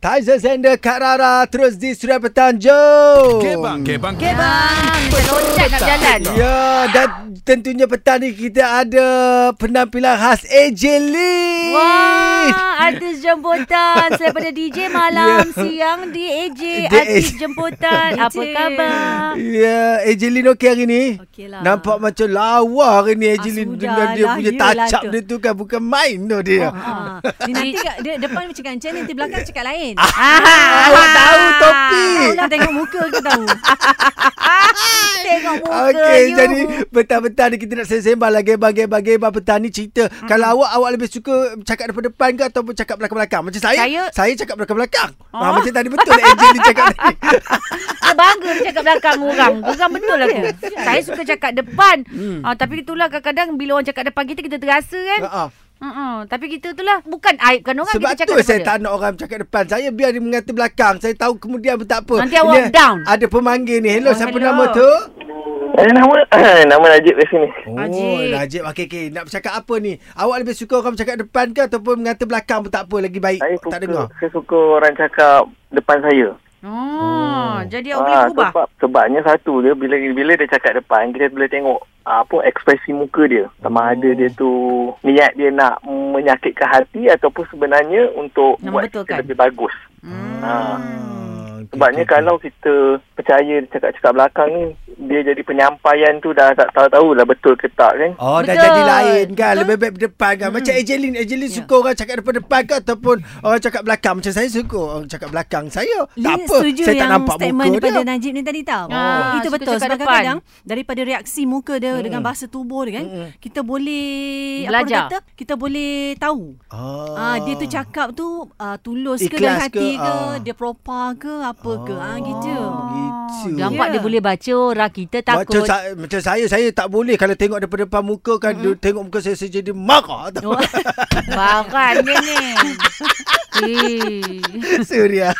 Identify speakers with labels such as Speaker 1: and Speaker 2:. Speaker 1: Taizah Zender Kak Rara terus di Suria Petang. Jom.
Speaker 2: Gebang, gebang.
Speaker 3: Okay, bang. Kita loncat nak berjalan.
Speaker 1: Ya, dan tentunya petang ni kita ada penampilan khas AJ Lee.
Speaker 3: Wah, artis jemputan daripada DJ malam siang di AJ
Speaker 1: Di
Speaker 3: artis
Speaker 1: AJ.
Speaker 3: jemputan. Apa khabar?
Speaker 1: Ya, AJ Lin okey hari ni.
Speaker 3: Okey lah.
Speaker 1: Nampak macam lawa hari ni AJ
Speaker 4: Ah,
Speaker 1: Lin
Speaker 4: sudah
Speaker 1: dengan dia
Speaker 4: lah,
Speaker 1: punya
Speaker 4: yelah
Speaker 1: touch up
Speaker 4: tu.
Speaker 1: dia tu kan bukan main tu dia.
Speaker 4: Ha. Dia nanti kat, dia depan macam
Speaker 3: kan,
Speaker 4: kancing, nanti belakang cakap lain.
Speaker 3: Ah,
Speaker 1: Awak tahu topik.
Speaker 4: Tahu lah tengok muka kita tahu.
Speaker 3: Tengok muka
Speaker 1: Okey,
Speaker 3: you.
Speaker 1: jadi petang-petang ni kita nak sembang lah gebang-gebang-gebang petang ni cerita. Kalau awak awak lebih suka cakap depan-depan ke ataupun cakap belakang-belakang? Macam saya,
Speaker 3: Saya-
Speaker 1: saya cakap belakang-belakang. Ah, macam tadi betul lah AJ Lin cakap tadi.
Speaker 3: Kan? Dia bangga dia cakap belakang orang. Geram betul aku. Saya suka cakap depan. Ah, tapi itulah kadang-kadang bila orang cakap depan kita, kita terasa kan.
Speaker 1: Ha ah.
Speaker 3: Uh-uh. Tapi kita itulah bukan aibkan orang.
Speaker 1: Sebab
Speaker 3: kita cakap
Speaker 1: tu saya
Speaker 3: depan dia.
Speaker 1: tak nak orang cakap depan. Saya biar dia mengata belakang. Saya tahu kemudian pun tak apa.
Speaker 3: Nanti awak
Speaker 1: Ini
Speaker 3: down.
Speaker 1: Ada pemanggil ni. Hello,
Speaker 3: Oh,
Speaker 1: siapa
Speaker 3: hello.
Speaker 1: nama tu?
Speaker 5: Eh, nama nama Najib di sini.
Speaker 1: Oh,
Speaker 3: Najib.
Speaker 1: Najib. Okey, okey. Nak bercakap apa ni? Awak lebih suka orang bercakap depan ke ataupun mengata belakang pun tak apa lagi baik.
Speaker 5: Saya
Speaker 1: tak
Speaker 5: suka,
Speaker 1: dengar.
Speaker 5: saya suka orang cakap depan saya.
Speaker 3: Oh, jadi
Speaker 5: Ah,
Speaker 3: awak boleh berubah.
Speaker 5: sebab sebabnya satu dia bila bila dia cakap depan kita boleh tengok ah, apa ekspresi muka dia. Sama
Speaker 1: Oh.
Speaker 5: ada dia tu niat dia nak menyakitkan hati ataupun sebenarnya untuk
Speaker 3: Nak
Speaker 5: buat
Speaker 3: membetulkan.
Speaker 5: kita lebih bagus.
Speaker 3: Hmm.
Speaker 5: Ah.
Speaker 1: Ah, okey,
Speaker 5: Sebabnya
Speaker 1: okey, okey.
Speaker 5: kalau kita percaya dia cakap-cakap belakang ni dia jadi penyampaian tu dah tak tahu-tahu lah betul ke tak kan.
Speaker 1: Oh Betul. dah
Speaker 3: Betul.
Speaker 1: jadi lain kan
Speaker 3: Betul.
Speaker 1: Lebih baik depan kan
Speaker 4: Hmm.
Speaker 1: Macam Ejelin Ejelin
Speaker 3: Ya.
Speaker 1: suka orang cakap depan-depan ke Ataupun orang cakap belakang Macam saya suka orang cakap belakang saya Tak
Speaker 4: Lin
Speaker 1: apa
Speaker 4: Ya, setuju
Speaker 1: Saya tak
Speaker 4: yang
Speaker 1: nampak
Speaker 4: statement
Speaker 1: muka
Speaker 4: daripada
Speaker 1: dia
Speaker 4: Najib ni tadi tahu.
Speaker 3: Ah,
Speaker 4: Itu
Speaker 3: suka
Speaker 4: betul.
Speaker 3: cakap
Speaker 4: Sebab
Speaker 3: depan.
Speaker 4: kadang-kadang daripada reaksi muka dia
Speaker 1: Hmm.
Speaker 4: dengan bahasa tubuh dia kan, kita boleh apa
Speaker 3: Belajar.
Speaker 4: orang kata? Kita boleh tahu.
Speaker 1: oh.
Speaker 4: Ah, dia tu cakap tu ah, tulus ke
Speaker 1: Ikhlas
Speaker 4: dalam hati
Speaker 1: ke?
Speaker 4: ke,
Speaker 1: Ah. Oh.
Speaker 4: dia propa ke apa ke. Ah gitu.
Speaker 1: Gitu
Speaker 3: Nampak
Speaker 4: Ya.
Speaker 3: dia boleh baca orang kita
Speaker 1: Macam,
Speaker 3: takut.
Speaker 1: sa- macam saya Saya tak boleh Kalau tengok depan-depan muka kan
Speaker 4: Hmm.
Speaker 1: mm-hmm. Tengok muka saya Saya jadi marah tau.
Speaker 4: Oh.
Speaker 3: Baran dia ni. Eh.
Speaker 1: Suria